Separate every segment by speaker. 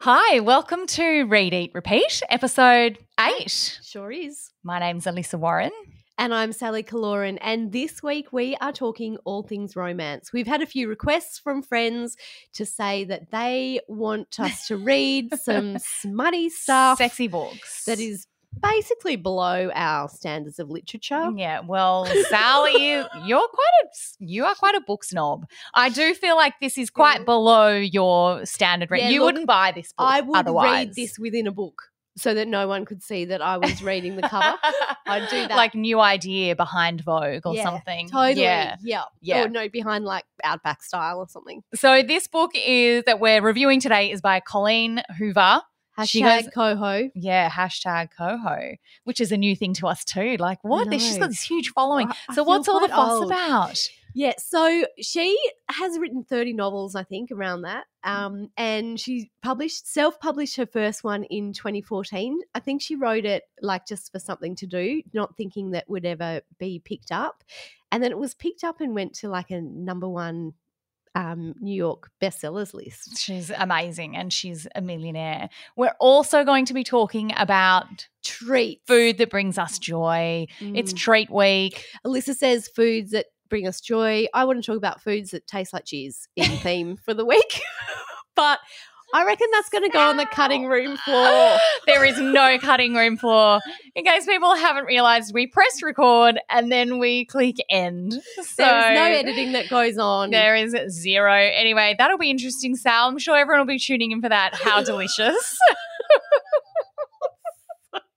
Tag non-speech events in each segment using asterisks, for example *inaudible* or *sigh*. Speaker 1: Hi, welcome to Read, Eat, Repeat, episode eight.
Speaker 2: Sure is.
Speaker 1: My name's Alyssa Warren.
Speaker 2: And I'm Sally Kaloran, and this week we are talking all things romance. We've had a few requests from friends to say that they want us to read
Speaker 1: *laughs*
Speaker 2: some smutty stuff
Speaker 1: Sexy books.
Speaker 2: that is basically below our standards of literature.
Speaker 1: Yeah, well, Sally,
Speaker 2: *laughs*
Speaker 1: you, you're quite a you are quite a book snob. I do feel like this is quite below your standard rate.
Speaker 2: Yeah,
Speaker 1: you
Speaker 2: look,
Speaker 1: wouldn't buy this book
Speaker 2: I would
Speaker 1: otherwise.
Speaker 2: read this within a book so that no one could see that I was reading the
Speaker 1: *laughs*
Speaker 2: cover. I'd do that.
Speaker 1: Like new idea behind Vogue or
Speaker 2: Yeah,
Speaker 1: something.
Speaker 2: Totally.
Speaker 1: Yeah.
Speaker 2: Yeah.
Speaker 1: Yeah.
Speaker 2: Or no, behind like Outback style or something.
Speaker 1: So this book is that we're reviewing today is by Colleen Hoover. She
Speaker 2: Hashtag
Speaker 1: goes-
Speaker 2: coho.
Speaker 1: Yeah, hashtag coho, which is a new thing to us too. Like, what? There's- She's
Speaker 2: know.
Speaker 1: got this huge following.
Speaker 2: I- I
Speaker 1: so,
Speaker 2: feel
Speaker 1: what's all the
Speaker 2: quite
Speaker 1: fuss
Speaker 2: old.
Speaker 1: about?
Speaker 2: Yeah, so she has written 30 novels, I think, around that. Um, and she published, self published her first one in 2014. I think she wrote it like just for something to do, not thinking that would ever be picked up. And then it was picked up and went to like a number one um, New York bestsellers list.
Speaker 1: She's amazing and she's a millionaire. We're also going to be talking about
Speaker 2: Treats.
Speaker 1: food that brings us joy. It's
Speaker 2: Mm.
Speaker 1: treat week.
Speaker 2: Alyssa says foods that bring us joy. I want to talk about foods that taste like cheese in
Speaker 1: *laughs*
Speaker 2: theme for the week. *laughs* but I reckon that's going to go on the cutting room floor.
Speaker 1: there is
Speaker 2: *laughs*
Speaker 1: no cutting room floor. In case people haven't realized, we press record and then we click end. So
Speaker 2: There's no editing that goes on.
Speaker 1: There is zero. Anyway, that'll be interesting, Sal. I'm sure everyone will be tuning in for that. *laughs* How delicious.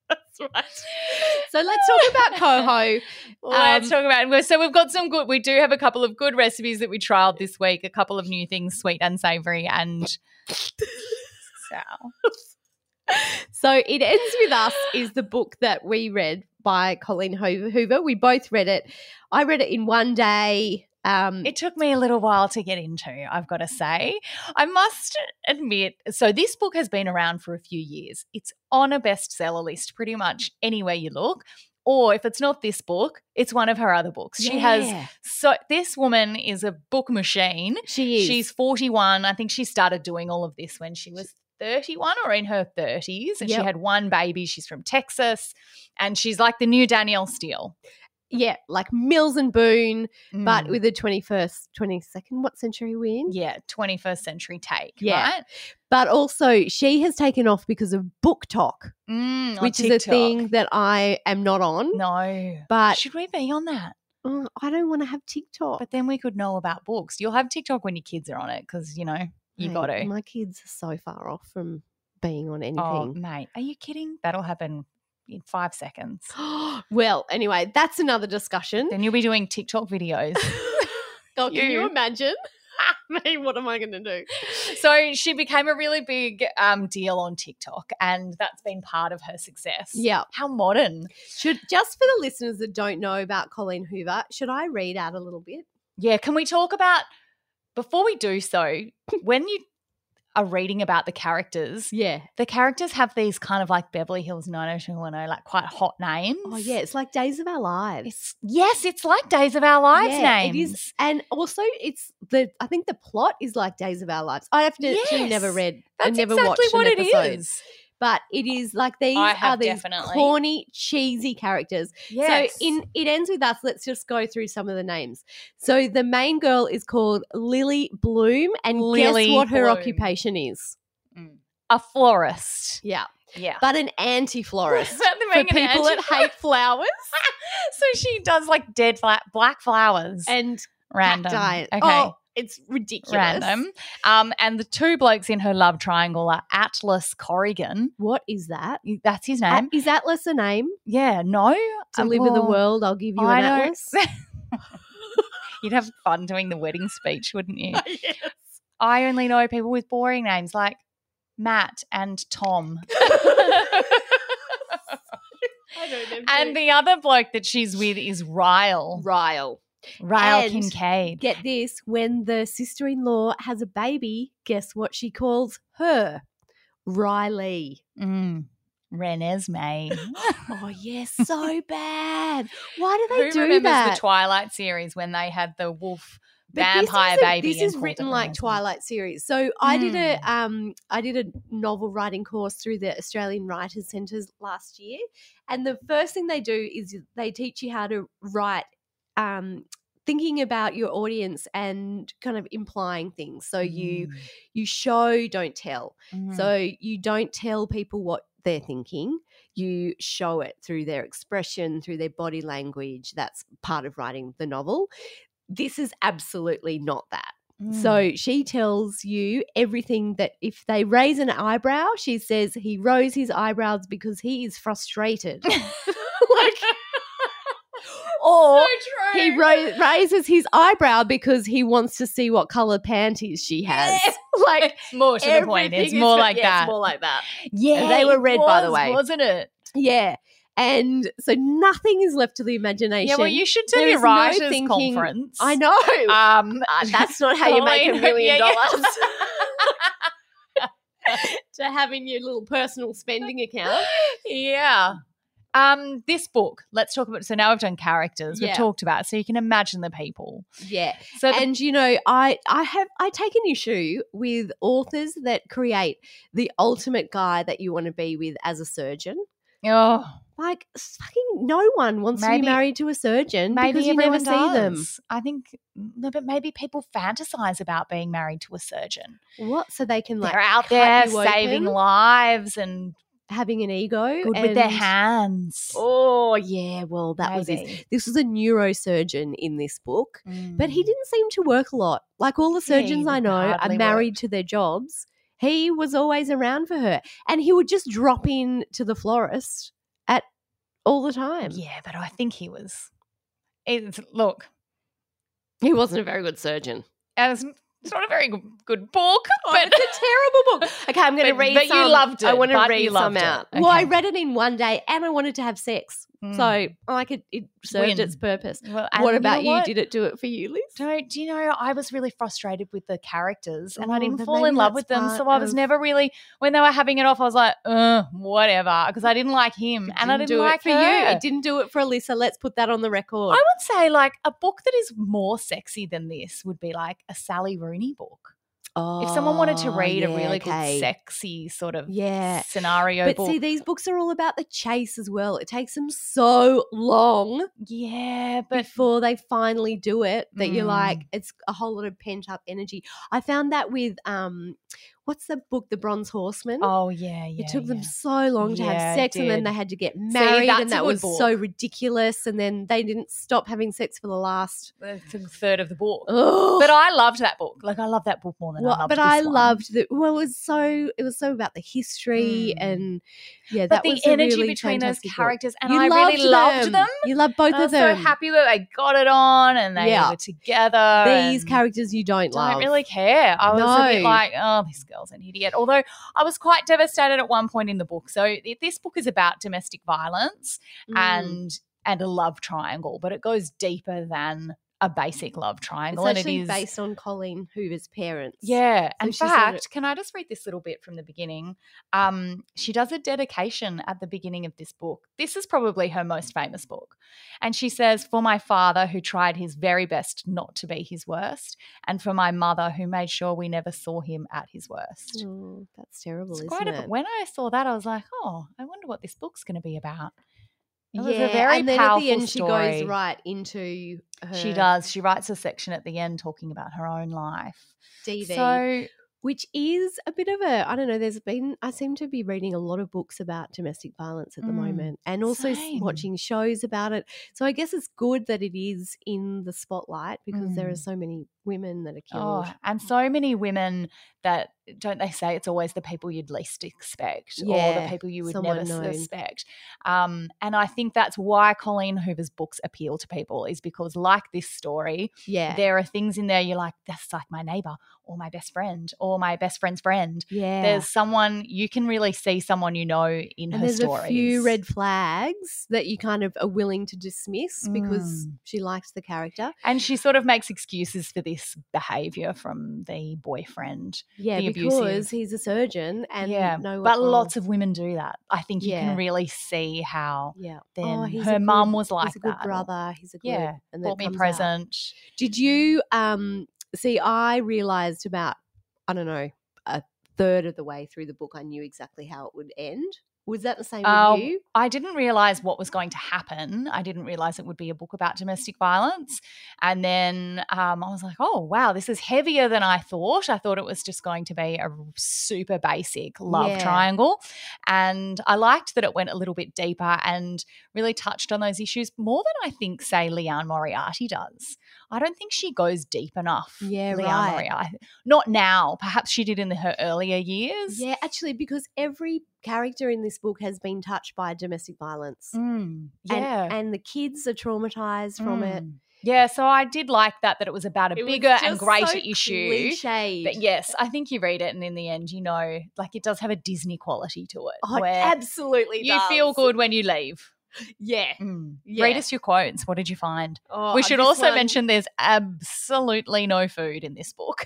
Speaker 1: That's right.
Speaker 2: So let's talk about coho.
Speaker 1: *laughs* Let's
Speaker 2: Um,
Speaker 1: talk about it. So we've got some good. We do have a couple of good recipes that we trialed this week. A couple of new things, sweet and savory, and Sal.
Speaker 2: So it ends with us is the book that we read by Colleen Hoover. Hoover. We both read it. I read it in one day. Um,
Speaker 1: It took me a little while to get into. I've got to say, I must admit. So this book has been around for a few years. It's on a bestseller list pretty much anywhere you look. Or if it's not this book, it's one of her other books. She has
Speaker 2: Yeah.
Speaker 1: so this woman is a book machine.
Speaker 2: She is.
Speaker 1: She's 41. I think she started doing all of this when she was 31 or in her 30s. And she
Speaker 2: Yep.
Speaker 1: had one baby. She's from Texas. And she's like the new Danielle Steele.
Speaker 2: yeah, like Mills and Boone, but
Speaker 1: Mm.
Speaker 2: with the twenty first, twenty second. What century are we in?
Speaker 1: yeah, 21st century take.
Speaker 2: Yeah.
Speaker 1: Right?
Speaker 2: But also, she has taken off because of book talk,
Speaker 1: Mm, on
Speaker 2: which
Speaker 1: TikTok.
Speaker 2: is a thing that I am not on.
Speaker 1: No.
Speaker 2: But
Speaker 1: Should we be on that?
Speaker 2: oh, I don't want to have TikTok.
Speaker 1: But then we could know about books. You'll have TikTok when your kids are on it because, you know, you
Speaker 2: Mate,
Speaker 1: got to.
Speaker 2: My kids are so far off from being on
Speaker 1: Oh,
Speaker 2: anything.
Speaker 1: mate. Are you kidding? That'll happen in five
Speaker 2: *gasps*
Speaker 1: seconds.
Speaker 2: well, anyway, that's another discussion.
Speaker 1: then you'll be doing TikTok videos.
Speaker 2: *laughs* God, can
Speaker 1: you.
Speaker 2: you imagine? *laughs* I mean, what am I going to do?
Speaker 1: So she became a really big um, deal on TikTok, and that's been part of her success.
Speaker 2: Yeah.
Speaker 1: How modern.
Speaker 2: Should just for the listeners that don't know about Colleen Hoover, should I read out a little bit?
Speaker 1: Yeah. Can we talk about, before we do
Speaker 2: *laughs*
Speaker 1: so, when you are reading about the characters,
Speaker 2: Yeah.
Speaker 1: the characters have these kind of like Beverly Hills 90210, like quite hot names.
Speaker 2: Oh, yeah. It's like Days of Our Lives.
Speaker 1: It's, yes, it's like Days of Our Lives
Speaker 2: Yeah,
Speaker 1: names.
Speaker 2: It is, and also it's the. I think the plot is like Days of Our Lives. I have to actually never
Speaker 1: Yes,
Speaker 2: read
Speaker 1: That's
Speaker 2: and never
Speaker 1: exactly
Speaker 2: watched
Speaker 1: what
Speaker 2: an
Speaker 1: it is.
Speaker 2: episode, but it is like these
Speaker 1: I
Speaker 2: are
Speaker 1: have
Speaker 2: these
Speaker 1: definitely.
Speaker 2: corny, cheesy characters.
Speaker 1: Yes.
Speaker 2: So in it ends with us. Let's just go through some of the names. So the main girl is called Lily Bloom, and
Speaker 1: Lily
Speaker 2: guess what her
Speaker 1: Bloom.
Speaker 2: occupation is?
Speaker 1: Mm. a florist.
Speaker 2: Yeah,
Speaker 1: *laughs* Yeah.
Speaker 2: but an
Speaker 1: *laughs*
Speaker 2: anti-florist
Speaker 1: About them
Speaker 2: for
Speaker 1: being an
Speaker 2: people that
Speaker 1: anti-
Speaker 2: hate flowers
Speaker 1: *laughs* so she does like dead fla- black flowers.
Speaker 2: and
Speaker 1: Random.
Speaker 2: cacti.
Speaker 1: Okay.
Speaker 2: Oh, it's ridiculous.
Speaker 1: Random. Um, and the two blokes in her love triangle are Atlas Corrigan.
Speaker 2: What is that?
Speaker 1: That's his
Speaker 2: A-
Speaker 1: name.
Speaker 2: Oh, is Atlas a name?
Speaker 1: yeah. No.
Speaker 2: to
Speaker 1: Um,
Speaker 2: live in the
Speaker 1: well,
Speaker 2: world, I'll give you
Speaker 1: I
Speaker 2: an
Speaker 1: know.
Speaker 2: *laughs* atlas.
Speaker 1: You'd have fun doing the wedding speech, wouldn't you? I only know people with boring names like Matt and Tom. and
Speaker 2: and
Speaker 1: the other bloke that she's with is Ryle.
Speaker 2: Ryle.
Speaker 1: Ryle
Speaker 2: And-
Speaker 1: Kincaid.
Speaker 2: Get this: when the sister-in-law has a baby, guess what she calls her? Riley.
Speaker 1: Mm. Renesmee.
Speaker 2: Oh *laughs* yes, so bad. Why do
Speaker 1: Who
Speaker 2: they do
Speaker 1: remembers
Speaker 2: that?
Speaker 1: the Twilight series when they had the wolf
Speaker 2: But this
Speaker 1: Vampire
Speaker 2: isn't-
Speaker 1: Baby
Speaker 2: This
Speaker 1: and
Speaker 2: is
Speaker 1: Call
Speaker 2: written
Speaker 1: to
Speaker 2: like
Speaker 1: Arms.
Speaker 2: Twilight series. So I did a
Speaker 1: Mm.
Speaker 2: um I did a novel writing course through the Australian Writers Centres last year, and the first thing they do is they teach you how to write. Um, thinking about your audience and kind of implying things so
Speaker 1: Hmm.
Speaker 2: you you show don't tell
Speaker 1: Mm, mm.
Speaker 2: so you don't tell people what they're thinking you show it through their expression through their body language that's part of writing the novel this is absolutely not that
Speaker 1: Hmm. Mm-hmm.
Speaker 2: so she tells you everything that if they raise an eyebrow, she says he rose his eyebrows because he is frustrated.
Speaker 1: *laughs*
Speaker 2: *laughs* like, or
Speaker 1: So true.
Speaker 2: he ra- raises his eyebrow because he wants to see what color panties she has.
Speaker 1: Yes.
Speaker 2: *laughs* Like
Speaker 1: It's more to the point.
Speaker 2: everything
Speaker 1: It's
Speaker 2: is
Speaker 1: more
Speaker 2: fr-
Speaker 1: like
Speaker 2: yeah,
Speaker 1: that.
Speaker 2: It's more like that.
Speaker 1: yeah,
Speaker 2: they were
Speaker 1: it
Speaker 2: red, by the
Speaker 1: was,
Speaker 2: way.
Speaker 1: wasn't it?
Speaker 2: Yeah. And so nothing is left to the imagination.
Speaker 1: Yeah, well, you should do
Speaker 2: There
Speaker 1: your
Speaker 2: is no
Speaker 1: writers
Speaker 2: thinking-
Speaker 1: conference.
Speaker 2: I know.
Speaker 1: Um,
Speaker 2: *laughs* Uh, that's not how you make a *laughs*
Speaker 1: Colleen,
Speaker 2: million
Speaker 1: yeah, yeah.
Speaker 2: dollars. to having your little personal spending account.
Speaker 1: *laughs* yeah. Um, this book. Let's talk about. So now I've done characters. We've
Speaker 2: Yeah.
Speaker 1: talked about. So you can imagine the people.
Speaker 2: Yeah.
Speaker 1: So the-
Speaker 2: And you know, I I have I take an issue with authors that create the ultimate guy that you want to be with as a surgeon.
Speaker 1: oh,
Speaker 2: Like s- fucking no one wants to
Speaker 1: Maybe-
Speaker 2: be married to a surgeon
Speaker 1: maybe
Speaker 2: because you never
Speaker 1: everyone
Speaker 2: see them.
Speaker 1: does. I think, no, but maybe people fantasize about being married to a surgeon.
Speaker 2: What? So they can like
Speaker 1: They're out
Speaker 2: cut
Speaker 1: there
Speaker 2: you
Speaker 1: saving
Speaker 2: open,
Speaker 1: lives and
Speaker 2: having an ego
Speaker 1: good with their
Speaker 2: and-
Speaker 1: hands.
Speaker 2: Oh yeah, well that was this. This was a neurosurgeon in this book. but he didn't seem to work a lot. Like all the
Speaker 1: Mm. Yeah, he
Speaker 2: surgeons I
Speaker 1: would
Speaker 2: know are
Speaker 1: hardly
Speaker 2: married to their jobs. He was always around for her, and he would just drop in to the florist at all the time.
Speaker 1: Yeah, but I think he was. It's, look,
Speaker 2: He wasn't a very good surgeon.
Speaker 1: as it's not a very good, good *laughs* book,
Speaker 2: but
Speaker 1: but
Speaker 2: it's a terrible book. Okay, I'm going to
Speaker 1: Oh. But-
Speaker 2: read.
Speaker 1: but you
Speaker 2: some.
Speaker 1: loved
Speaker 2: I
Speaker 1: it,
Speaker 2: want to
Speaker 1: but
Speaker 2: read
Speaker 1: you
Speaker 2: some
Speaker 1: loved it.
Speaker 2: out. Well, I
Speaker 1: Okay.
Speaker 2: read it in one day, and I wanted to have sex, *laughs*
Speaker 1: Mm.
Speaker 2: so I could. It served
Speaker 1: Win.
Speaker 2: its purpose.
Speaker 1: Well, and
Speaker 2: Mm. what
Speaker 1: know
Speaker 2: about you?
Speaker 1: what?
Speaker 2: Did it do it for you, Liz?
Speaker 1: Don't do you know? I was really frustrated with the characters, and I
Speaker 2: Oh,
Speaker 1: didn't
Speaker 2: but
Speaker 1: fall
Speaker 2: maybe
Speaker 1: in love
Speaker 2: that's
Speaker 1: with them. So I
Speaker 2: part
Speaker 1: was
Speaker 2: of-
Speaker 1: never really when they were having it off. I was like, uh, whatever, because I didn't like him, and I didn't
Speaker 2: do
Speaker 1: like
Speaker 2: it for
Speaker 1: her.
Speaker 2: you. It didn't do it for Alyssa. Let's put that on the record.
Speaker 1: I would say like a book that is more sexy than this would be like a Sally Rooney book. If someone wanted to
Speaker 2: Oh,
Speaker 1: read a
Speaker 2: yeah,
Speaker 1: really
Speaker 2: okay.
Speaker 1: good sexy sort of
Speaker 2: Yeah.
Speaker 1: scenario
Speaker 2: Eh, But
Speaker 1: book,
Speaker 2: see, these books are all about the chase as well. It takes them so long
Speaker 1: yeah, but
Speaker 2: before they finally do it that you're
Speaker 1: Mm.
Speaker 2: like, it's a whole lot of pent up energy. I found that with um, what's the book, The Bronze Horseman?
Speaker 1: oh yeah, yeah.
Speaker 2: it took
Speaker 1: yeah.
Speaker 2: them so long to
Speaker 1: Yeah,
Speaker 2: have
Speaker 1: it
Speaker 2: sex, and then
Speaker 1: did.
Speaker 2: they had to get married,
Speaker 1: that's
Speaker 2: and
Speaker 1: a
Speaker 2: that
Speaker 1: good
Speaker 2: was so
Speaker 1: book.
Speaker 2: ridiculous. And then they didn't stop having sex for the last.
Speaker 1: It's a third of the book.
Speaker 2: Ugh.
Speaker 1: But I loved that book. Like I love that book more than
Speaker 2: Well,
Speaker 1: I loved
Speaker 2: but
Speaker 1: this
Speaker 2: I
Speaker 1: one.
Speaker 2: loved that. Well, it was so. It was so about the history
Speaker 1: Mm.
Speaker 2: and yeah,
Speaker 1: but
Speaker 2: that
Speaker 1: the
Speaker 2: was a
Speaker 1: energy
Speaker 2: really
Speaker 1: between those
Speaker 2: fantastic book.
Speaker 1: characters, and I really loved them.
Speaker 2: You love both
Speaker 1: And I
Speaker 2: of
Speaker 1: was so
Speaker 2: them.
Speaker 1: happy that they got it on and they
Speaker 2: Yeah.
Speaker 1: were together.
Speaker 2: These
Speaker 1: and-
Speaker 2: characters you don't
Speaker 1: I
Speaker 2: love.
Speaker 1: don't really care. I was a bit
Speaker 2: No.
Speaker 1: like, oh, this girl's an idiot. Although I was quite devastated at one point in the book. So it- this book is about domestic violence
Speaker 2: Mm.
Speaker 1: and and a love triangle, but it goes deeper than a basic love triangle,
Speaker 2: it's
Speaker 1: and
Speaker 2: actually
Speaker 1: it is
Speaker 2: based on Colleen Hoover's parents.
Speaker 1: yeah.
Speaker 2: So
Speaker 1: In
Speaker 2: she sort of-
Speaker 1: fact, can I just read this little bit from the beginning? Um, she does a dedication at the beginning of this book. This is probably her most famous book. And she says, For my father, who tried his very best not to be his worst, and for my mother, who made sure we never saw him at his worst.
Speaker 2: Oh, that's terrible,
Speaker 1: It's
Speaker 2: isn't
Speaker 1: quite a,
Speaker 2: it?
Speaker 1: When I saw that, I was like, Oh, I wonder what this book's going to be about. It was
Speaker 2: Yeah,
Speaker 1: a very
Speaker 2: and then at
Speaker 1: powerful
Speaker 2: the end she
Speaker 1: story.
Speaker 2: goes right into her
Speaker 1: She does. She writes a section at the end talking about her own life.
Speaker 2: DV,
Speaker 1: So
Speaker 2: which is a bit of a I don't know. There's been I seem to be reading a lot of books about domestic violence at the
Speaker 1: Mm,
Speaker 2: moment, and also s-
Speaker 1: same.
Speaker 2: watching shows about it. So I guess it's good that it is in the spotlight because there are
Speaker 1: Mm.
Speaker 2: so many women that are killed.
Speaker 1: Oh, and so many women that don't they say it's always the people you'd least expect or the
Speaker 2: Yeah,
Speaker 1: people you would
Speaker 2: someone
Speaker 1: never
Speaker 2: known.
Speaker 1: suspect. Um, and I think that's why Colleen Hoover's books appeal to people is because, like this story,
Speaker 2: yeah,
Speaker 1: there are things in there you're like, that's like my neighbor or my best friend or my best friend's friend.
Speaker 2: yeah.
Speaker 1: There's someone you can really see someone you know in
Speaker 2: and
Speaker 1: her
Speaker 2: there's
Speaker 1: stories.
Speaker 2: a few red flags that you kind of are willing to dismiss because
Speaker 1: Mm.
Speaker 2: she likes the character.
Speaker 1: and she sort of makes excuses for this behavior from the boyfriend.
Speaker 2: Yeah,
Speaker 1: the abusive.
Speaker 2: because he's a surgeon and
Speaker 1: yeah,
Speaker 2: no
Speaker 1: but lots of women do that. I think you
Speaker 2: Yeah.
Speaker 1: can really see how
Speaker 2: yeah.
Speaker 1: then
Speaker 2: Oh, he's
Speaker 1: her
Speaker 2: a
Speaker 1: mum
Speaker 2: good-
Speaker 1: was like
Speaker 2: he's a good
Speaker 1: that.
Speaker 2: brother. He's a good
Speaker 1: Yeah,
Speaker 2: and then it
Speaker 1: Bought me a
Speaker 2: comes out.
Speaker 1: present.
Speaker 2: Did you um see I realized about I don't know, a third of the way through the book I knew exactly how it would end. Was that the same
Speaker 1: Oh,
Speaker 2: with you?
Speaker 1: I didn't realize what was going to happen. I didn't realize it would be a book about domestic violence. And then um, I was like, oh, wow, this is heavier than I thought. I thought it was just going to be a r- super basic love
Speaker 2: Yeah.
Speaker 1: triangle. And I liked that it went a little bit deeper and really touched on those issues more than I think, say, Leanne Moriarty does. I don't think she goes deep enough.
Speaker 2: Yeah,
Speaker 1: Leanne
Speaker 2: right.
Speaker 1: Moriarty. Not now. Perhaps she did in her earlier years.
Speaker 2: Yeah, actually, because every character in this book has been touched by domestic violence.
Speaker 1: Mm,
Speaker 2: And,
Speaker 1: yeah.
Speaker 2: and the kids are traumatized from it.
Speaker 1: Mm. Yeah, so I did like that that it was about a
Speaker 2: It was
Speaker 1: bigger and
Speaker 2: just
Speaker 1: greater
Speaker 2: so
Speaker 1: issue.
Speaker 2: cliched.
Speaker 1: But yes, I think you read it, and in the end, you know, like it does have a Disney quality to it,
Speaker 2: Oh, it
Speaker 1: where
Speaker 2: absolutely
Speaker 1: you
Speaker 2: does.
Speaker 1: feel good when you leave.
Speaker 2: Yeah.
Speaker 1: Mm. Read
Speaker 2: Yeah.
Speaker 1: us your quotes. What did you find?
Speaker 2: Oh,
Speaker 1: we should
Speaker 2: this
Speaker 1: also
Speaker 2: one-
Speaker 1: mention there's absolutely no food in this book.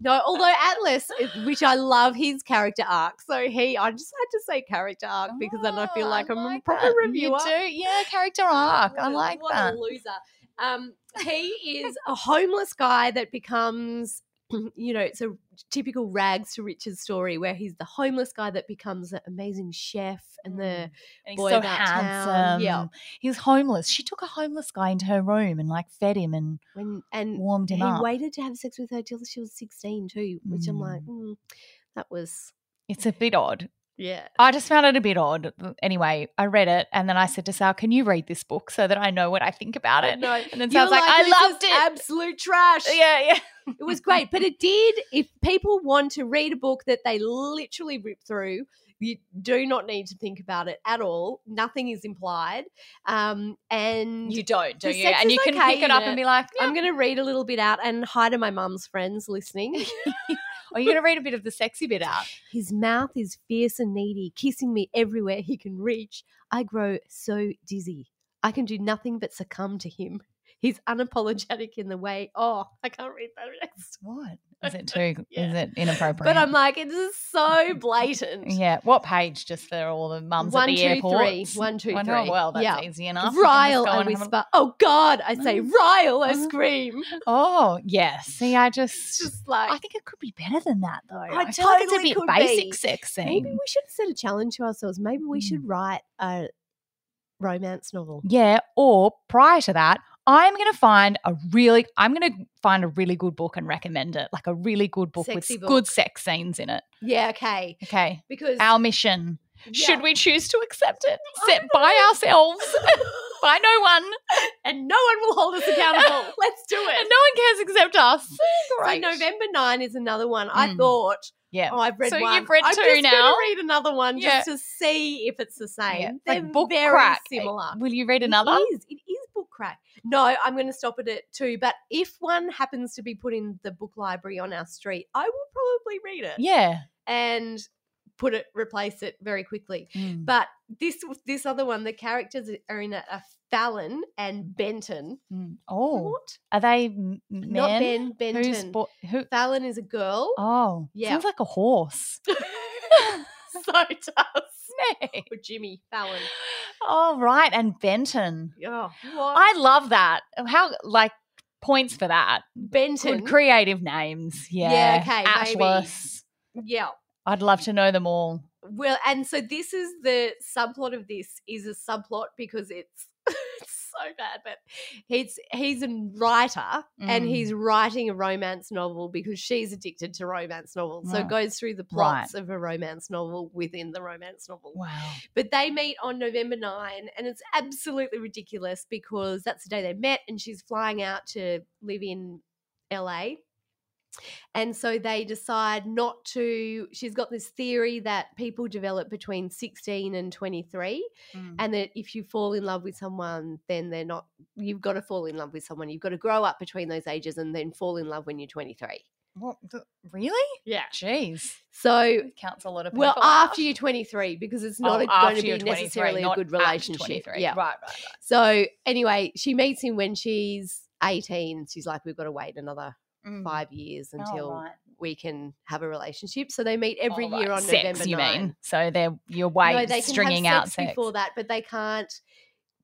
Speaker 2: No, although Atlas, is- which I love his character arc. So he, I just had to say character arc *laughs* because then Oh, I feel
Speaker 1: Ah,
Speaker 2: like I'm a
Speaker 1: like
Speaker 2: proper
Speaker 1: that.
Speaker 2: reviewer.
Speaker 1: You do, yeah, character arc.
Speaker 2: What
Speaker 1: I
Speaker 2: a-
Speaker 1: like
Speaker 2: what
Speaker 1: that.
Speaker 2: a loser. Um, he is a homeless guy that becomes, *clears throat* you know, it's a typical rags to riches story where he's the homeless guy that becomes an amazing chef and the
Speaker 1: And he's
Speaker 2: boy
Speaker 1: so
Speaker 2: about town.
Speaker 1: handsome.
Speaker 2: Yeah.
Speaker 1: He's homeless. She took a homeless guy into her room and like fed him and
Speaker 2: when and
Speaker 1: warmed him
Speaker 2: he
Speaker 1: up.
Speaker 2: waited to have sex with her till she was sixteen too, which I'm like, mm, that was
Speaker 1: It's a bit odd.
Speaker 2: yeah.
Speaker 1: I just found it a bit odd. Anyway, I read it and then I said to Sal, "Can you read this book so that I know what I think about it?"
Speaker 2: No,
Speaker 1: And then
Speaker 2: you
Speaker 1: Sal's
Speaker 2: were
Speaker 1: like, "I
Speaker 2: "This is
Speaker 1: loved it."
Speaker 2: Absolute trash.
Speaker 1: Yeah, yeah.
Speaker 2: It was great, but it did. If people want to read a book that they literally rip through, you do not need to think about it at all. Nothing is implied, um, and
Speaker 1: You don't, do
Speaker 2: The
Speaker 1: you?
Speaker 2: sex
Speaker 1: And
Speaker 2: is
Speaker 1: you can
Speaker 2: okay
Speaker 1: pick it
Speaker 2: in
Speaker 1: up
Speaker 2: it.
Speaker 1: and be like,
Speaker 2: I'm going to read a little bit out. And hi to my mum's friends listening.
Speaker 1: *laughs* "Are "Oh, you going to read a bit of the sexy bit out?"
Speaker 2: His mouth is fierce and needy, kissing me everywhere he can reach. I grow so dizzy. I can do nothing but succumb to him. He's unapologetic in the way. Oh, I can't read that *laughs* next.
Speaker 1: What is it *laughs* too?
Speaker 2: Yeah.
Speaker 1: Is it inappropriate?
Speaker 2: But I'm like, it is so blatant.
Speaker 1: yeah. What page? Just for all the mums
Speaker 2: One,
Speaker 1: at
Speaker 2: two,
Speaker 1: the
Speaker 2: three.
Speaker 1: airport.
Speaker 2: One, two, three.
Speaker 1: well, that's
Speaker 2: Yeah.
Speaker 1: easy enough. You can just
Speaker 2: Rile,
Speaker 1: go
Speaker 2: I
Speaker 1: and have a-
Speaker 2: whisper. Oh God, I say
Speaker 1: Mm.
Speaker 2: Ryle, I
Speaker 1: Mm.
Speaker 2: scream.
Speaker 1: *laughs* Oh yes. See, I
Speaker 2: It's
Speaker 1: just,
Speaker 2: *laughs* just like
Speaker 1: I think it could be better than that though. I,
Speaker 2: I
Speaker 1: feel like it's a
Speaker 2: totally
Speaker 1: bit
Speaker 2: could
Speaker 1: basic
Speaker 2: be.
Speaker 1: sex scene.
Speaker 2: maybe we should set a challenge to ourselves. Maybe we
Speaker 1: Mm.
Speaker 2: should write a romance novel.
Speaker 1: Yeah, or prior to that, I'm going to find a really I'm going to find a really good book and recommend it, like a really good book
Speaker 2: Sexy
Speaker 1: with
Speaker 2: book.
Speaker 1: good sex scenes in it.
Speaker 2: Yeah, okay.
Speaker 1: Okay.
Speaker 2: Because
Speaker 1: Our mission.
Speaker 2: yeah.
Speaker 1: Should we choose to accept
Speaker 2: *laughs*
Speaker 1: it
Speaker 2: I
Speaker 1: set
Speaker 2: don't
Speaker 1: by
Speaker 2: know. *laughs*
Speaker 1: ourselves, by no one,
Speaker 2: and no one will hold
Speaker 1: *laughs*
Speaker 2: us accountable. Let's do
Speaker 1: and
Speaker 2: it.
Speaker 1: no one cares except us.
Speaker 2: So
Speaker 1: Great.
Speaker 2: November nine is another one. I
Speaker 1: Mm.
Speaker 2: thought,
Speaker 1: Yeah.
Speaker 2: oh, I've read
Speaker 1: So you've
Speaker 2: one.
Speaker 1: read
Speaker 2: I'm
Speaker 1: two
Speaker 2: just gonna
Speaker 1: now?
Speaker 2: read another one
Speaker 1: Yeah.
Speaker 2: just to see if it's the same.
Speaker 1: Yeah. It's
Speaker 2: They're
Speaker 1: like book
Speaker 2: very
Speaker 1: crack.
Speaker 2: similar.
Speaker 1: Will you
Speaker 2: *laughs*
Speaker 1: read another?
Speaker 2: It is. It is book crack. No, I'm going to stop at it too. But if one happens to be put in the book library on our street, I will probably read it
Speaker 1: Yeah.
Speaker 2: and put it, replace it very quickly.
Speaker 1: Mm,
Speaker 2: But this this other one, the characters are in it are Fallon and Benton.
Speaker 1: mm. Oh,
Speaker 2: What?
Speaker 1: are they m- men?
Speaker 2: Not Ben Benton.
Speaker 1: Who's bo- who?
Speaker 2: Fallon is a girl.
Speaker 1: Oh,
Speaker 2: Yeah.
Speaker 1: sounds like a horse. *laughs* Oh.
Speaker 2: *laughs* so does
Speaker 1: Snake.
Speaker 2: or Jimmy Fallon.
Speaker 1: Oh, right. And Benton.
Speaker 2: Oh, what?
Speaker 1: I love that. Oh, How, like, points for that.
Speaker 2: Benton.
Speaker 1: Good creative names. Yeah.
Speaker 2: okay, maybe.
Speaker 1: Atlas.
Speaker 2: yeah.
Speaker 1: I'd love to know them all.
Speaker 2: Well, and so this is the subplot of this is a subplot because it's *laughs* it's so bad, but he's he's a writer and
Speaker 1: Mm.
Speaker 2: he's writing a romance novel because she's addicted to romance novels. So it
Speaker 1: Mm.
Speaker 2: goes through the plots of a romance novel within the romance novel.
Speaker 1: Mm.
Speaker 2: *laughs*
Speaker 1: Wow.
Speaker 2: But they meet on November 9 and it's absolutely ridiculous because that's the day they met and she's flying out to live in LA. And so they decide not to. She's got this theory that people develop between 16 and 23,
Speaker 1: Mm.
Speaker 2: and that if you fall in love with someone, then they're not, you've got to fall in love with someone. You've got to grow up between those ages and then fall in love when you're 23.
Speaker 1: What? the- Really?
Speaker 2: Yeah.
Speaker 1: Jeez.
Speaker 2: So
Speaker 1: Counts a lot of people.
Speaker 2: Well,
Speaker 1: out.
Speaker 2: after you're 23, because it's
Speaker 1: Oh,
Speaker 2: not a- going
Speaker 1: after
Speaker 2: to be
Speaker 1: you're 23,
Speaker 2: necessarily a
Speaker 1: not
Speaker 2: good
Speaker 1: at
Speaker 2: relationship.
Speaker 1: 23.
Speaker 2: Yeah.
Speaker 1: Right, right, right.
Speaker 2: So anyway, she meets him when she's 18. She's like, we've got to wait another
Speaker 1: Mm.
Speaker 2: five years
Speaker 1: Oh,
Speaker 2: until
Speaker 1: right.
Speaker 2: we can have a relationship. So they meet every
Speaker 1: Oh, right.
Speaker 2: year on
Speaker 1: sex,
Speaker 2: November.
Speaker 1: you
Speaker 2: 9.
Speaker 1: mean? So they're you're way
Speaker 2: no, they
Speaker 1: stringing
Speaker 2: can
Speaker 1: out
Speaker 2: have sex
Speaker 1: sex.
Speaker 2: before that, but they can't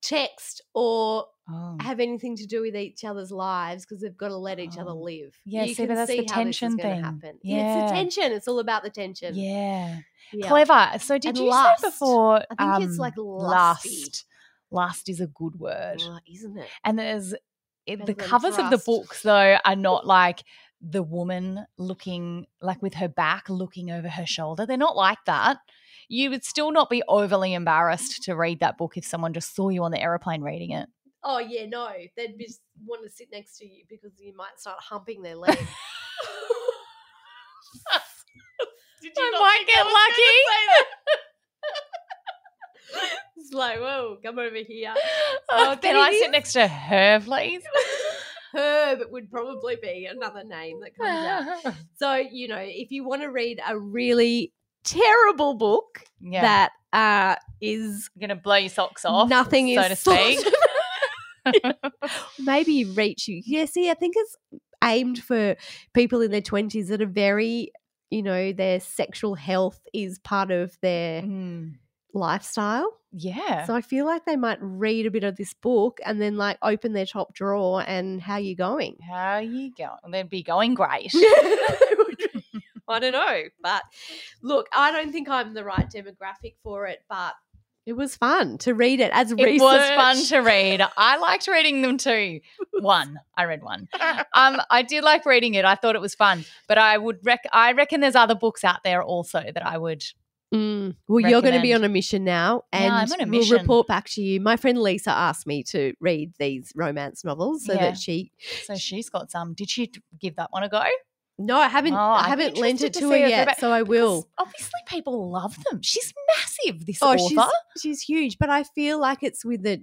Speaker 2: text or
Speaker 1: Oh.
Speaker 2: have anything to do with each other's lives because they've got to let each other
Speaker 1: Oh.
Speaker 2: live.
Speaker 1: Yeah, see, but that's the tension
Speaker 2: gonna
Speaker 1: thing.
Speaker 2: Yeah. It's
Speaker 1: Yeah.
Speaker 2: the tension. It's all about the tension.
Speaker 1: Yeah.
Speaker 2: Yeah.
Speaker 1: Clever. So did
Speaker 2: And
Speaker 1: you
Speaker 2: lust.
Speaker 1: say before um,
Speaker 2: I think it's like lusty.
Speaker 1: lust. Lust is a good word.
Speaker 2: Oh, isn't it?
Speaker 1: And there's it, the
Speaker 2: Depends on
Speaker 1: covers of the
Speaker 2: thrust.
Speaker 1: books though are not like the woman looking like with her back looking over her shoulder. They're not like that. You would still not be overly embarrassed to read that book if someone just saw you on the airplane reading it.
Speaker 2: Oh yeah, no, they'd just want to sit next to you because you might start humping
Speaker 1: *laughs*
Speaker 2: their leg. Did
Speaker 1: I
Speaker 2: not
Speaker 1: might get
Speaker 2: think was gonna
Speaker 1: lucky.
Speaker 2: say
Speaker 1: *laughs*
Speaker 2: that? it's like, whoa, come over
Speaker 1: *laughs*
Speaker 2: here. Oh,
Speaker 1: can
Speaker 2: but
Speaker 1: I
Speaker 2: it
Speaker 1: sit
Speaker 2: is-
Speaker 1: next to her, please?
Speaker 2: *laughs* Herb would probably be another name that comes
Speaker 1: Ah.
Speaker 2: out. So, you know, if you want to read a really terrible book
Speaker 1: *laughs* yeah.
Speaker 2: that uh, is
Speaker 1: You're gonna blow your socks off.
Speaker 2: nothing
Speaker 1: so
Speaker 2: is *laughs*
Speaker 1: to
Speaker 2: sort
Speaker 1: speak.
Speaker 2: of-
Speaker 1: *laughs*
Speaker 2: maybe reach you. Yeah, see, I think it's aimed for people in their 20s that are very, you know, their sexual health is part of their
Speaker 1: Mm,
Speaker 2: lifestyle.
Speaker 1: yeah.
Speaker 2: So I feel like they might read a bit of this book and then like open their top drawer and how
Speaker 1: *laughs*
Speaker 2: you going? *laughs*
Speaker 1: How you going? They'd be *laughs* going great.
Speaker 2: I don't know, but look, I don't think I'm the right demographic for it, but it was fun to read it as research.
Speaker 1: It was fun to read. I liked reading them *laughs* too. One, I read one. Um, I did like reading it. I thought it was fun, but I would rec- I reckon there's other books out there also that I would.
Speaker 2: Mm. Well, you're going to be on
Speaker 1: Recommend.
Speaker 2: a mission now, and
Speaker 1: Yeah, I'm on a
Speaker 2: we'll
Speaker 1: mission.
Speaker 2: report back to you. My friend Lisa asked me to read these romance novels so
Speaker 1: Yeah.
Speaker 2: that she.
Speaker 1: So she's got some. Did she t- give that one a go?
Speaker 2: No, I haven't.
Speaker 1: Oh,
Speaker 2: I
Speaker 1: I'm
Speaker 2: haven't lent
Speaker 1: interested
Speaker 2: it
Speaker 1: to
Speaker 2: to,
Speaker 1: see
Speaker 2: her
Speaker 1: her
Speaker 2: yet,
Speaker 1: feedback,
Speaker 2: so I will.
Speaker 1: Because Obviously, people love them. She's massive. This
Speaker 2: Oh,
Speaker 1: author.
Speaker 2: she's she's huge, but I feel like it's with the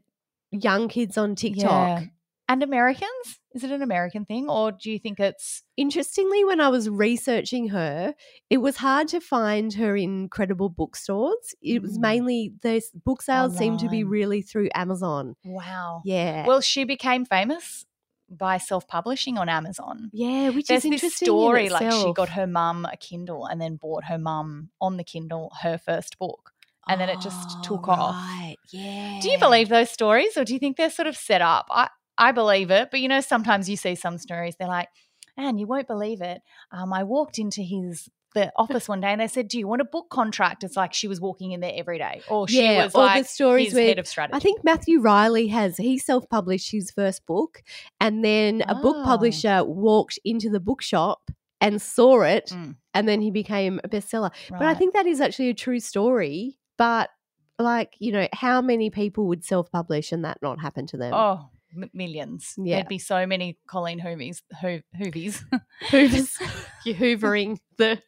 Speaker 2: young kids on TikTok.
Speaker 1: Yeah. And Americans? Is it an American thing, or do you think it's?
Speaker 2: Interestingly, when I was researching her, it was hard to find her in credible bookstores. It was
Speaker 1: Mm.
Speaker 2: mainly the book sales seem to be
Speaker 1: Online.
Speaker 2: really through Amazon.
Speaker 1: Wow.
Speaker 2: Yeah.
Speaker 1: Well, she became famous by self-publishing on Amazon.
Speaker 2: yeah, which
Speaker 1: There's
Speaker 2: is interesting.
Speaker 1: this
Speaker 2: in
Speaker 1: story like she
Speaker 2: itself.
Speaker 1: got her mum a Kindle and then bought her mum on the Kindle her first book. and then it just took off.
Speaker 2: Oh, right, Yeah.
Speaker 1: Do you believe those stories or do you think they're sort of set up? I I believe it, but you know sometimes you see some stories they're like, "Man, you won't believe it. Um I walked into his the office one day and they said, "Do you want a book contract?" It's like she was walking in there every day or she
Speaker 2: yeah,
Speaker 1: was
Speaker 2: all
Speaker 1: like
Speaker 2: the stories
Speaker 1: his
Speaker 2: where
Speaker 1: head of strategy.
Speaker 2: I think Matthew Riley has he self-published his first book, and then a book
Speaker 1: Ah.
Speaker 2: publisher walked into the bookshop and saw it,
Speaker 1: Mm.
Speaker 2: and then he became a bestseller. But I
Speaker 1: Right.
Speaker 2: think that is actually a true story. But like you know, how many people would self-publish and that not happen to them?
Speaker 1: Oh, m- millions.
Speaker 2: Yeah.
Speaker 1: There'd be so many Colleen Hoovies. Ho- Hoovies.
Speaker 2: *laughs* *laughs* Hoovers, you're hoovering the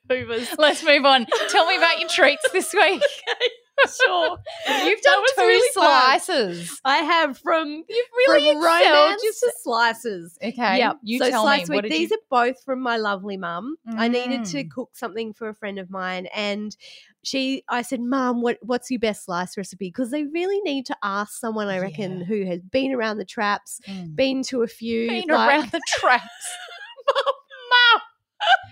Speaker 1: *laughs*
Speaker 2: hoovers. *laughs*
Speaker 1: Let's move on. Tell me about your treats this week.
Speaker 2: *laughs* sure,
Speaker 1: You've done two
Speaker 2: fun.
Speaker 1: slices.
Speaker 2: I have from
Speaker 1: You've
Speaker 2: from Romance
Speaker 1: excelled.
Speaker 2: to slices.
Speaker 1: Okay.
Speaker 2: Yep.
Speaker 1: You
Speaker 2: so
Speaker 1: tell me.
Speaker 2: slice
Speaker 1: What did
Speaker 2: week. These
Speaker 1: you-
Speaker 2: are both from my lovely mum. I needed to
Speaker 1: Mm.
Speaker 2: cook something for a friend of mine, and she, I said, "Mum, what, what's your best slice recipe?" Because they really need to ask someone, I reckon,
Speaker 1: Yeah.
Speaker 2: who has been around the traps,
Speaker 1: Mm.
Speaker 2: been to a few,
Speaker 1: Been
Speaker 2: like-
Speaker 1: around the traps. *laughs*
Speaker 2: *laughs*
Speaker 1: Mum.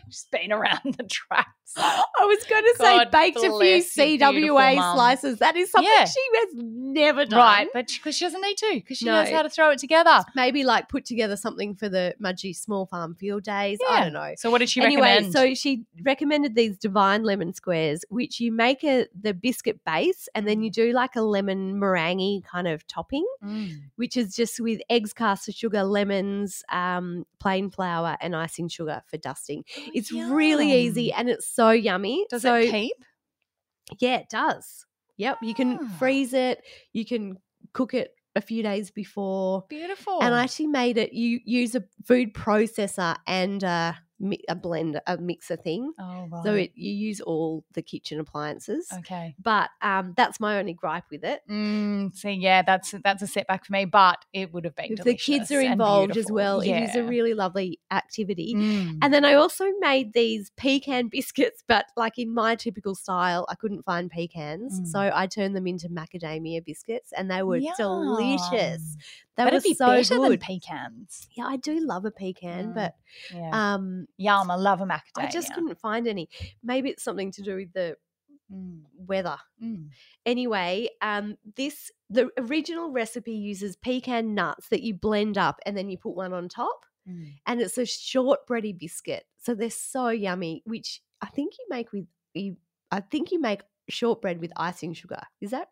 Speaker 1: She's been around the traps.
Speaker 2: *gasps* I was
Speaker 1: *laughs*
Speaker 2: going to say
Speaker 1: God
Speaker 2: baked a few
Speaker 1: bless your beautiful
Speaker 2: CWA
Speaker 1: mum.
Speaker 2: slices. That is something
Speaker 1: Yeah.
Speaker 2: she has never done.
Speaker 1: Right, but because she doesn't need to, because she knows
Speaker 2: No.
Speaker 1: how to throw it together.
Speaker 2: Maybe like put together something for the Mudgee Small Farm Field Days. I
Speaker 1: Yeah.
Speaker 2: don't know.
Speaker 1: So, what did she
Speaker 2: anyway,
Speaker 1: recommend?
Speaker 2: so she recommended these divine lemon squares, which you make a the biscuit base, and then you do like a lemon meringue kind of topping,
Speaker 1: Mm.
Speaker 2: which is just with eggs, caster sugar, lemons, um, plain flour, and icing sugar for dusting. *gasps* It's really
Speaker 1: Oh,
Speaker 2: easy
Speaker 1: Yum.
Speaker 2: and it's so yummy.
Speaker 1: Does
Speaker 2: so
Speaker 1: it keep?
Speaker 2: yeah, it does. Yep, you can
Speaker 1: Ah.
Speaker 2: freeze it. You can cook it a few days before.
Speaker 1: Beautiful.
Speaker 2: And I actually made it. You use a food processor and a mi- a blender, a mixer thing.
Speaker 1: Oh, right.
Speaker 2: So it, you use all the kitchen appliances.
Speaker 1: okay.
Speaker 2: But um, that's my only gripe with it.
Speaker 1: Mm, so yeah, that's that's a setback for me, but it would have been.
Speaker 2: If the kids
Speaker 1: delicious
Speaker 2: are
Speaker 1: and
Speaker 2: involved as
Speaker 1: beautiful.
Speaker 2: well, it is a
Speaker 1: Yeah.
Speaker 2: really lovely activity.
Speaker 1: Mm.
Speaker 2: And then I also made these pecan *laughs* biscuits, but like in my typical style, I couldn't find pecans.
Speaker 1: Mm.
Speaker 2: So I turned them into macadamia biscuits and they were delicious.
Speaker 1: Yum.
Speaker 2: They
Speaker 1: That'd
Speaker 2: were
Speaker 1: be
Speaker 2: so
Speaker 1: better than
Speaker 2: good.
Speaker 1: pecans.
Speaker 2: yeah, I do love a pecan,
Speaker 1: Mm.
Speaker 2: but
Speaker 1: Yeah.
Speaker 2: um
Speaker 1: Yum. I love a macadamia.
Speaker 2: I just couldn't find any. Maybe it's something to do with the
Speaker 1: Mm,
Speaker 2: weather.
Speaker 1: mm.
Speaker 2: Anyway, um this the original recipe uses pecan nuts that you blend up and then you put one on top.
Speaker 1: Mm.
Speaker 2: and it's a shortbready biscuit. So they're so yummy, which I think you make with you. I think you make shortbread with icing sugar. Is that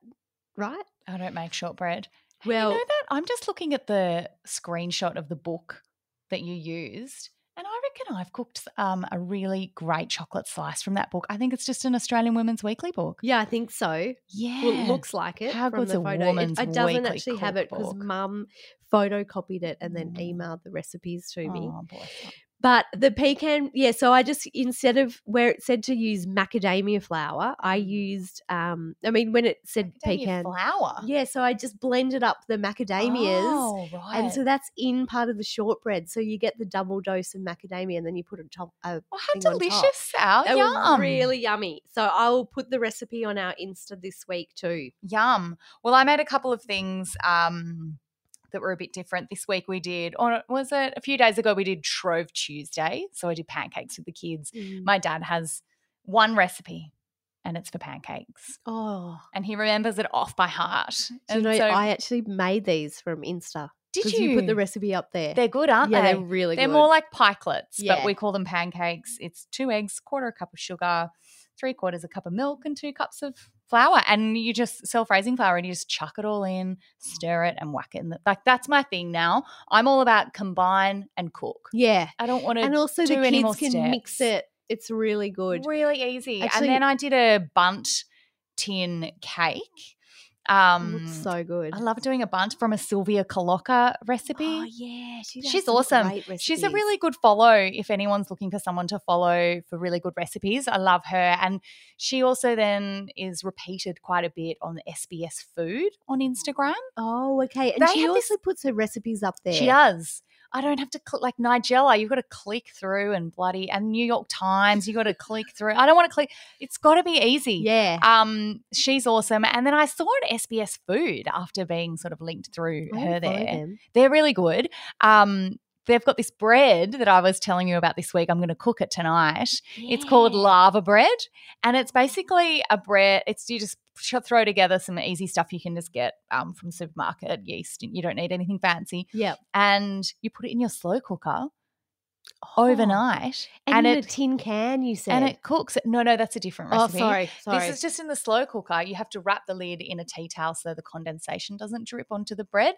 Speaker 2: right?
Speaker 1: I don't make shortbread.
Speaker 2: Well,
Speaker 1: you know that I'm just looking at the screenshot of the book that you used, and I reckon I've cooked um, a really great chocolate slice from that book. I think it's just an Australian Women's Weekly book.
Speaker 2: yeah, I think so.
Speaker 1: Yeah,
Speaker 2: Well, it looks like it
Speaker 1: How
Speaker 2: from
Speaker 1: good's
Speaker 2: the
Speaker 1: a
Speaker 2: photo.
Speaker 1: woman's
Speaker 2: it, it doesn't
Speaker 1: weekly
Speaker 2: actually have it because
Speaker 1: cookbook?
Speaker 2: Mum photocopied it and then
Speaker 1: Mm.
Speaker 2: emailed the recipes to me.
Speaker 1: Oh, boy.
Speaker 2: But the pecan, yeah. So I just instead of where it said to use macadamia flour, I used. um I mean, when it said
Speaker 1: Mm-hmm. Macadamia
Speaker 2: pecan,
Speaker 1: flour.
Speaker 2: yeah. So I just blended up the macadamias.
Speaker 1: Oh, right.
Speaker 2: And so that's in part of the shortbread. So you get the double dose of macadamia and then you put a top. Uh,
Speaker 1: oh, how
Speaker 2: thing on top.
Speaker 1: delicious, Sal.
Speaker 2: it was
Speaker 1: Oh, Yum.
Speaker 2: really yummy. So I will put the recipe on our Insta this week too.
Speaker 1: Yum. Well, I made a couple of things um, that were a bit different. This week we did, or was it a few days ago, we did Trove Tuesday. So I did pancakes with the kids. My dad has one recipe and it's for pancakes.
Speaker 2: Oh,
Speaker 1: And he remembers it off by heart.
Speaker 2: do you
Speaker 1: And
Speaker 2: know,
Speaker 1: so-
Speaker 2: I actually made these from Insta.
Speaker 1: did
Speaker 2: 'cause
Speaker 1: you?
Speaker 2: put the recipe up there?
Speaker 1: They're good, aren't
Speaker 2: yeah,
Speaker 1: they?
Speaker 2: are really
Speaker 1: They're
Speaker 2: good.
Speaker 1: more like pikelets,
Speaker 2: Yeah.
Speaker 1: but we call them pancakes. It's two eggs, quarter a cup of sugar, three quarters a cup of milk, and two cups of flour. And you just self raising flour and you just chuck it all in, stir it, and whack it in. The, like that's my thing now. I'm all about combine and cook.
Speaker 2: yeah.
Speaker 1: I don't want
Speaker 2: And
Speaker 1: to.
Speaker 2: also the
Speaker 1: do any
Speaker 2: kids
Speaker 1: more
Speaker 2: can mix
Speaker 1: steps.
Speaker 2: it. It's really good.
Speaker 1: Really easy.
Speaker 2: Actually-
Speaker 1: and then I did a bunt tin cake. Um,
Speaker 2: Looks so good.
Speaker 1: I love doing a bunt from a Sylvia Colocca recipe.
Speaker 2: Oh yeah, she does
Speaker 1: She's
Speaker 2: some
Speaker 1: awesome.
Speaker 2: great
Speaker 1: She's a
Speaker 2: recipes.
Speaker 1: really good follow if anyone's looking for someone to follow for really good recipes. I love her. And she also then is repeated quite a bit on SBS Food on Instagram.
Speaker 2: Oh okay, and
Speaker 1: They
Speaker 2: she
Speaker 1: have
Speaker 2: also
Speaker 1: this-
Speaker 2: puts her recipes up there.
Speaker 1: She does. I don't have to click like Nigella. You've got to click through and bloody and New York Times. You got to click through. I don't want to click. It's got to be easy.
Speaker 2: Yeah.
Speaker 1: Um, she's awesome. And then I saw an SBS Food after being sort of linked through
Speaker 2: I
Speaker 1: her
Speaker 2: don't Oh, follow
Speaker 1: there.
Speaker 2: them.
Speaker 1: They're really good. Um, they've got this bread that I was telling you about this week. I'm going to cook it tonight. It's called
Speaker 2: Yeah.
Speaker 1: lava bread, and it's basically a bread. It's you just sh- throw together some easy stuff you can just get um, from supermarket yeast. and You don't need anything fancy,
Speaker 2: Yep.
Speaker 1: and you put it in your slow cooker overnight,
Speaker 2: And,
Speaker 1: and
Speaker 2: in a
Speaker 1: it
Speaker 2: tin can, you said.
Speaker 1: and it cooks. it- No, no, that's a different
Speaker 2: oh,
Speaker 1: recipe.
Speaker 2: sorry, sorry.
Speaker 1: This is just in the slow cooker. You have to wrap the lid in a tea towel so the condensation doesn't drip onto the bread.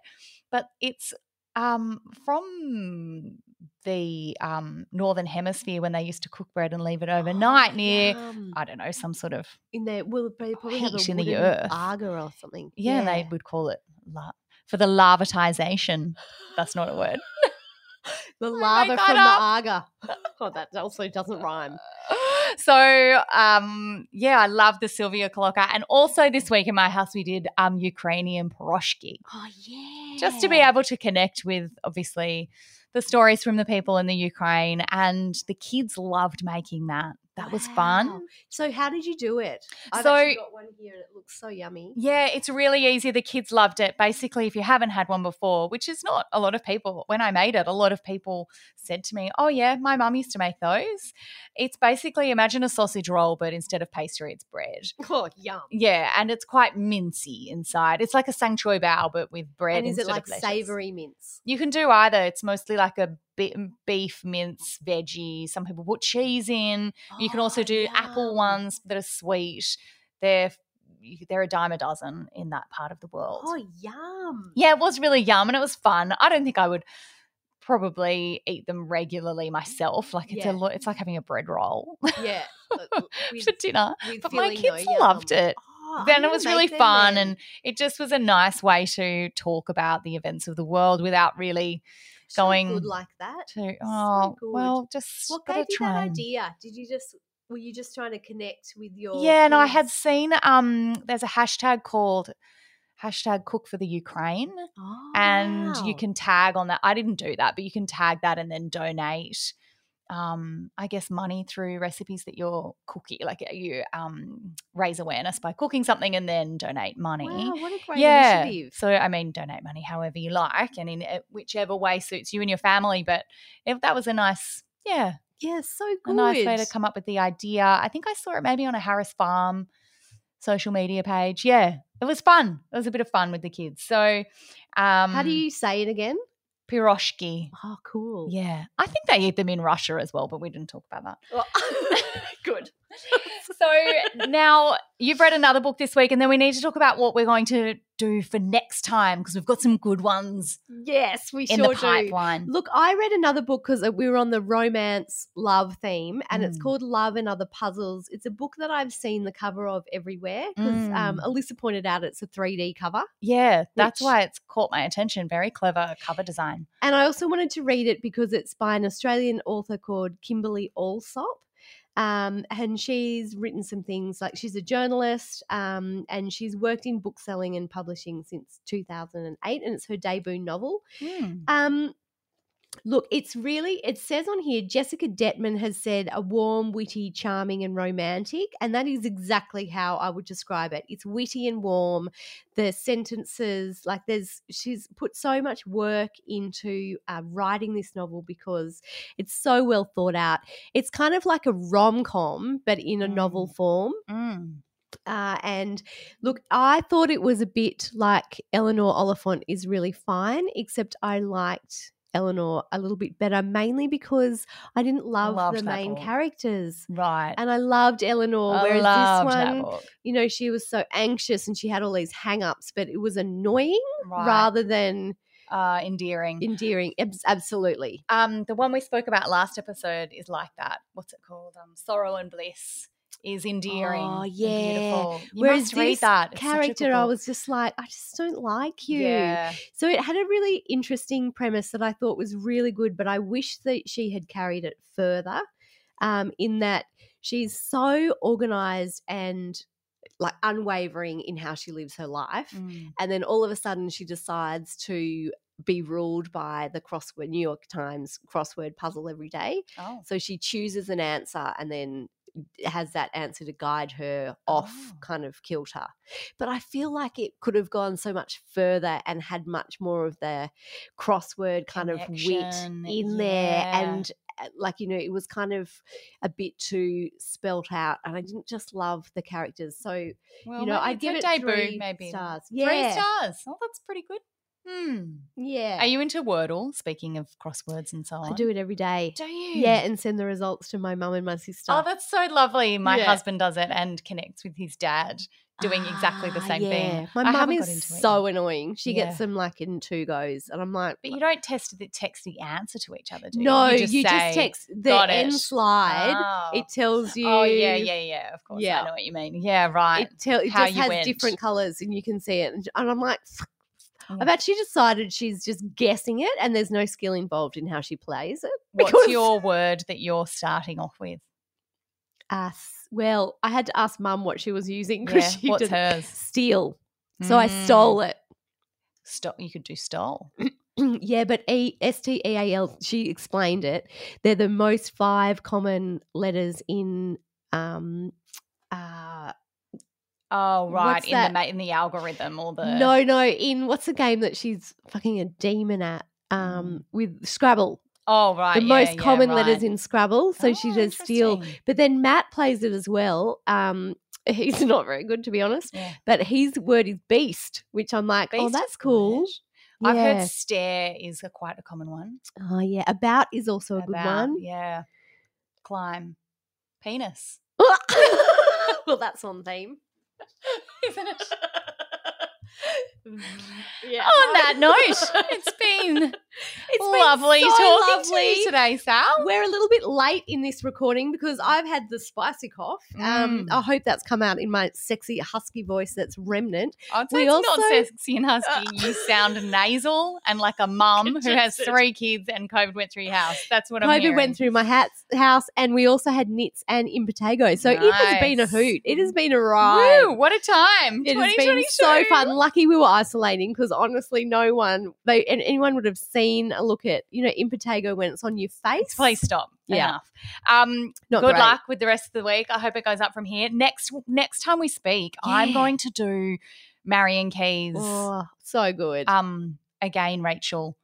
Speaker 1: But it's um, from the um, northern hemisphere when they used to cook bread and leave it overnight
Speaker 2: Oh,
Speaker 1: near
Speaker 2: yum.
Speaker 1: I don't know some sort of
Speaker 2: in there. Well, they probably have
Speaker 1: heat
Speaker 2: a
Speaker 1: in the
Speaker 2: wooden
Speaker 1: earth.
Speaker 2: agar or something.
Speaker 1: yeah, and they would call it la- for the larvatization. That's not a word.
Speaker 2: the
Speaker 1: I
Speaker 2: lava
Speaker 1: made
Speaker 2: from
Speaker 1: that
Speaker 2: the agar. *laughs* Oh, that also doesn't rhyme.
Speaker 1: So um, yeah, I love the Sylvia Kolocka. And also this week in my house we did um, Ukrainian poroshki.
Speaker 2: Oh yeah.
Speaker 1: just to be able to connect with obviously the stories from the people in the Ukraine and the kids loved making that. That was
Speaker 2: Wow.
Speaker 1: fun.
Speaker 2: So how did you do it? I've
Speaker 1: So-
Speaker 2: actually got one here and it looks
Speaker 1: *laughs*
Speaker 2: so yummy.
Speaker 1: Yeah, it's really easy. The kids loved it. Basically, if you haven't had one before, which is not a lot of people, when I made it, a lot of people said to me, Oh, yeah, my mum used to make those. It's basically imagine a sausage roll, but instead of pastry, it's bread.
Speaker 2: Oh yum.
Speaker 1: Yeah, and it's quite mincy inside. It's like a sang choy bao, but with bread.
Speaker 2: and is it
Speaker 1: instead of
Speaker 2: like
Speaker 1: lettuce.
Speaker 2: savoury mince?
Speaker 1: You can do either. It's mostly like a be- beef mince veggie. Some people put cheese in. You can also
Speaker 2: Oh,
Speaker 1: do apple
Speaker 2: yum.
Speaker 1: ones that are sweet. They're you- they're a dime a dozen in that part of the world.
Speaker 2: Oh
Speaker 1: *laughs*
Speaker 2: yum.
Speaker 1: Yeah, it was really yum and it was fun. I don't think I would probably eat them regularly myself. Like it's
Speaker 2: Yeah.
Speaker 1: a lot. It's like having a bread roll *laughs*
Speaker 2: Yeah. but with-
Speaker 1: for dinner.
Speaker 2: with
Speaker 1: But my
Speaker 2: filling though,
Speaker 1: kids loved
Speaker 2: yum.
Speaker 1: it.
Speaker 2: Oh, I'm
Speaker 1: then it
Speaker 2: gonna
Speaker 1: was really
Speaker 2: make them
Speaker 1: fun
Speaker 2: then.
Speaker 1: and it just was a nice way to talk about the events of the world without really
Speaker 2: actually
Speaker 1: going
Speaker 2: good like that?
Speaker 1: to
Speaker 2: So
Speaker 1: oh
Speaker 2: good.
Speaker 1: well just
Speaker 2: What
Speaker 1: gotta
Speaker 2: gave you that
Speaker 1: try and-
Speaker 2: idea? Did you just were you just trying to connect with your?
Speaker 1: yeah and i had
Speaker 2: kids?
Speaker 1: seen um there's a hashtag called hashtag cook for the ukraine
Speaker 2: Oh,
Speaker 1: and you
Speaker 2: wow.
Speaker 1: can tag on that i didn't do that but you can tag that and then donate um i guess money through recipes that you're cooking like uh, you um raise awareness by cooking something and then donate money
Speaker 2: Wow, what a great
Speaker 1: yeah.
Speaker 2: initiative!
Speaker 1: So, I mean, donate money however you like and in uh, whichever way suits you and your family. But if that was a nice, yeah,
Speaker 2: Yeah, so
Speaker 1: a
Speaker 2: good.
Speaker 1: nice way to come up with the idea. I think I saw it maybe on a Harris Farm social media page. Yeah, it was fun. It was a bit of fun with the kids. So, um,
Speaker 2: How do you say it again?
Speaker 1: piroshki?
Speaker 2: Oh, cool.
Speaker 1: Yeah, I think they eat them in Russia as well, but we didn't talk about that. *laughs*
Speaker 2: Well, good. *laughs*
Speaker 1: So now you've read another book this week, and then we need to talk about what we're going to do for next time because we've got some good ones
Speaker 2: Yes, we
Speaker 1: in
Speaker 2: sure
Speaker 1: the
Speaker 2: do.
Speaker 1: pipeline.
Speaker 2: Look, I read another book because we were on the romance love theme, and it's
Speaker 1: Mm.
Speaker 2: called Love and Other Puzzles. It's a book that I've seen the cover of everywhere because um,
Speaker 1: Mm.
Speaker 2: Alyssa pointed out it's a 3D cover.
Speaker 1: Yeah, that's
Speaker 2: which-
Speaker 1: why it's caught my attention. Very clever cover design.
Speaker 2: And I also wanted to read it because it's by an Australian author called Kimberly Allsop. Um, and she's written some things like she's a journalist um, and she's worked in bookselling and publishing since 2008, and it's her debut novel.
Speaker 1: Hmm.
Speaker 2: Um, look, it's really, it says on here, Jessica Detman has said a warm, witty, charming, and romantic. And that is exactly how I would describe it. It's witty and warm. The sentences, like there's, she's put so much work into uh, writing this novel because it's so well thought out. It's kind of like a rom com, but in a novel form.
Speaker 1: Mm.
Speaker 2: Uh, and look, I thought it was a bit like Eleanor Oliphant is really fine, except I liked Eleanor a little bit better, mainly because I didn't love
Speaker 1: Loved
Speaker 2: the
Speaker 1: that
Speaker 2: main
Speaker 1: book.
Speaker 2: characters.
Speaker 1: Right.
Speaker 2: And I loved Eleanor,
Speaker 1: I
Speaker 2: whereas
Speaker 1: loved
Speaker 2: this
Speaker 1: that
Speaker 2: one,
Speaker 1: book.
Speaker 2: you know, she was so anxious and she had all these hang ups, but it was annoying
Speaker 1: Right.
Speaker 2: rather than
Speaker 1: uh, endearing.
Speaker 2: endearing. Abs- Absolutely.
Speaker 1: um, the one we spoke about last episode is like that. What's it called? Um, Sorrow and Bliss is endearing.
Speaker 2: Oh,
Speaker 1: and
Speaker 2: yeah.
Speaker 1: beautiful. You
Speaker 2: Whereas
Speaker 1: must read
Speaker 2: this
Speaker 1: that It's such a good
Speaker 2: Character, I
Speaker 1: book.
Speaker 2: was just like, I just don't like you.
Speaker 1: Yeah.
Speaker 2: So it had a really interesting premise that I thought was really good, but I wish that she had carried it further um, in that she's so organized and like unwavering in how she lives her life.
Speaker 1: Mm.
Speaker 2: And then all of a sudden she decides to be ruled by the crossword New York Times crossword puzzle every day.
Speaker 1: Oh.
Speaker 2: So she chooses an answer and then has that answer to guide her off
Speaker 1: Oh.
Speaker 2: kind of kilter. But I feel like it could have gone so much further and had much more of the crossword kind of
Speaker 1: Connection,
Speaker 2: wit in there
Speaker 1: yeah.
Speaker 2: and uh, like you know it was kind of a bit too spelt out and I didn't just love the characters. So
Speaker 1: Well,
Speaker 2: you know
Speaker 1: maybe
Speaker 2: I
Speaker 1: it's
Speaker 2: give
Speaker 1: a
Speaker 2: it
Speaker 1: debut,
Speaker 2: three
Speaker 1: maybe.
Speaker 2: stars.
Speaker 1: Three
Speaker 2: Yeah.
Speaker 1: stars. Oh, that's pretty good. Hmm.
Speaker 2: Yeah.
Speaker 1: Are you into Wordle? Speaking of crosswords and so on,
Speaker 2: I do it every day.
Speaker 1: Do you?
Speaker 2: Yeah, and send the results to my mum and my sister.
Speaker 1: Oh, that's so lovely. My
Speaker 2: Yeah.
Speaker 1: husband does it and connects with his dad doing exactly the
Speaker 2: Ah,
Speaker 1: same
Speaker 2: yeah.
Speaker 1: thing. I
Speaker 2: My mum
Speaker 1: haven't got
Speaker 2: is
Speaker 1: into it
Speaker 2: so annoying. She
Speaker 1: Yeah.
Speaker 2: gets them like in two goes, and I'm like,
Speaker 1: But you don't test the text the answer to each other, do you?
Speaker 2: no, you just,
Speaker 1: say,
Speaker 2: text the
Speaker 1: "Got
Speaker 2: end
Speaker 1: it."
Speaker 2: slide.
Speaker 1: Oh.
Speaker 2: It tells you.
Speaker 1: Oh, yeah, yeah, yeah. Of course.
Speaker 2: Yeah.
Speaker 1: I know what you mean. Yeah, right.
Speaker 2: It, *laughs* tell, it
Speaker 1: How
Speaker 2: just
Speaker 1: you
Speaker 2: has
Speaker 1: went.
Speaker 2: different colors, and you can see it. And and I'm like,
Speaker 1: Mm.
Speaker 2: I've actually decided she's just guessing it, and there's no skill involved in how she plays it. because-
Speaker 1: What's your word that you're starting off with?
Speaker 2: Us. Well, I had to ask mum what she was using
Speaker 1: Yeah.
Speaker 2: because she
Speaker 1: What's
Speaker 2: didn't
Speaker 1: hers?
Speaker 2: steal. So I
Speaker 1: Mm.
Speaker 2: stole it.
Speaker 1: Stop. You could do stole.
Speaker 2: *clears throat* yeah, but E S T E A L. She explained it. They're the most five common letters in. Um, uh,
Speaker 1: Oh, right.
Speaker 2: What's
Speaker 1: in
Speaker 2: that?
Speaker 1: the ma- in the algorithm or the
Speaker 2: no, no, in what's the game that she's fucking a demon at? Um, with Scrabble,
Speaker 1: Oh, right.
Speaker 2: the
Speaker 1: Mm. yeah,
Speaker 2: most
Speaker 1: yeah,
Speaker 2: common
Speaker 1: right.
Speaker 2: letters in Scrabble. So she
Speaker 1: Oh,
Speaker 2: does steal.
Speaker 1: interesting.
Speaker 2: But then Matt plays it as well. Um, *laughs* he's not very good to be honest.
Speaker 1: Yeah.
Speaker 2: But his word is beast, which I'm like, oh,
Speaker 1: Beast
Speaker 2: that's
Speaker 1: is
Speaker 2: cool.
Speaker 1: good. I've
Speaker 2: Yeah.
Speaker 1: heard stare is a, quite a common one.
Speaker 2: Oh yeah, about is also a good
Speaker 1: About,
Speaker 2: one.
Speaker 1: Yeah. Climb. Penis.
Speaker 2: *laughs*
Speaker 1: *laughs*
Speaker 2: well, that's on theme.
Speaker 1: Isn't it?
Speaker 2: *laughs* yeah.
Speaker 1: On
Speaker 2: *laughs*
Speaker 1: that note, it's been
Speaker 2: It's been
Speaker 1: lovely
Speaker 2: so
Speaker 1: talking to
Speaker 2: lovely.
Speaker 1: you today, Sal.
Speaker 2: We're a little bit late in this recording because I've had the spicy cough. Um,
Speaker 1: Mm.
Speaker 2: I hope that's come out in my sexy husky voice that's remnant.
Speaker 1: I'd say
Speaker 2: We
Speaker 1: Oh, it's
Speaker 2: also- Uh,
Speaker 1: not sexy and husky. You sound nasal and like a mum who has
Speaker 2: Congested.
Speaker 1: three kids and COVID went through your house. That's what I'm
Speaker 2: COVID
Speaker 1: hearing.
Speaker 2: went through my hats, house, and we also had nits and impetigo. So it has been a
Speaker 1: Nice.
Speaker 2: hoot. It has been a ride.
Speaker 1: Woo, what a time.
Speaker 2: It has
Speaker 1: 2022.
Speaker 2: been so fun. Lucky we were isolating because honestly, no one, they, and anyone would have seen a look at, you know, impetigo when it's on your face.
Speaker 1: Please stop.
Speaker 2: Yeah.
Speaker 1: Enough. Um,
Speaker 2: Not
Speaker 1: good
Speaker 2: great.
Speaker 1: luck with the rest of the week. I hope it goes up from here. Next next time we speak, I'm
Speaker 2: Yeah.
Speaker 1: going to do Marion Keys.
Speaker 2: Oh, so good.
Speaker 1: Um, again, Rachel.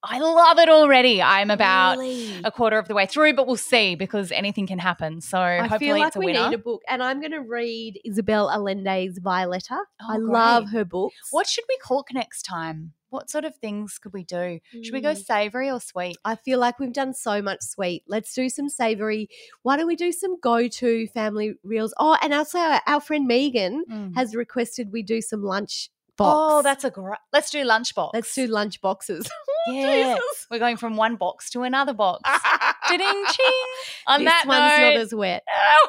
Speaker 1: I love it already. I'm about
Speaker 2: Really?
Speaker 1: a quarter of the way through, but we'll see because anything can happen. So
Speaker 2: I
Speaker 1: hopefully
Speaker 2: feel like
Speaker 1: it's a
Speaker 2: we
Speaker 1: winner.
Speaker 2: need a book, and I'm going to read Isabel Allende's Violetta.
Speaker 1: Oh,
Speaker 2: I love
Speaker 1: great.
Speaker 2: her books.
Speaker 1: What should we cook next time? What sort of things could we do? Should we go
Speaker 2: Mm.
Speaker 1: savory or sweet?
Speaker 2: I feel like we've done so much sweet. Let's do some savory. Why don't we do some go-to family reels? Oh, and also our, our friend Megan has requested we do some lunch box.
Speaker 1: Mm. Oh, that's a great. Let's do lunchbox. *laughs*
Speaker 2: let's do lunch boxes.
Speaker 1: Yeah.
Speaker 2: Jesus.
Speaker 1: We're going from one box to another box.
Speaker 2: *laughs*
Speaker 1: Da-ding, ching. On
Speaker 2: this
Speaker 1: that
Speaker 2: one's
Speaker 1: *laughs* note.
Speaker 2: *laughs* not as wet.
Speaker 1: Oh.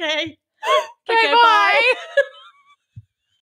Speaker 2: *laughs* Okay.